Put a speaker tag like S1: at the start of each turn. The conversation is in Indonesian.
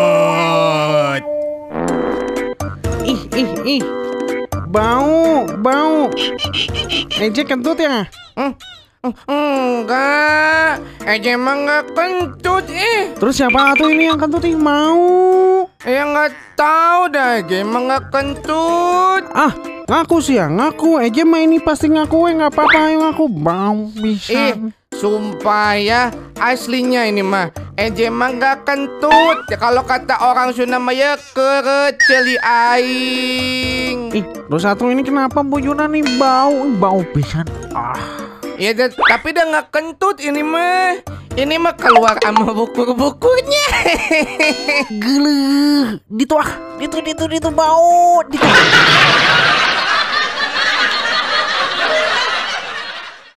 S1: Kentut.
S2: Ih, ih, ih.
S3: Bau, bau. Ece kentut ya?
S1: Hmm, Enggak, aja emang nggak kentut ih.
S3: Terus siapa tuh ini yang kentut ih? Mau.
S1: Ya nggak tahu dah, aja emang nggak kentut.
S3: Ah, ngaku sih ya, ngaku. Ece mah ini pasti ngaku, eh, nggak apa-apa, ayo ngaku. Bau, bisa.
S1: Ih, sumpah ya, aslinya ini mah. Eje mah nggak kentut. Ya, kalau kata orang Sunda mah ya kereceli aing.
S3: Ih, terus satu ini kenapa bujuna nih bau, Ih, bau pisan. Ah,
S1: Ya, da- tapi udah nggak kentut ini mah. Ini mah keluar sama buku-bukunya.
S3: Gitu geleh. Ditu ah, ditu, ditu, ditu bau. Ditu.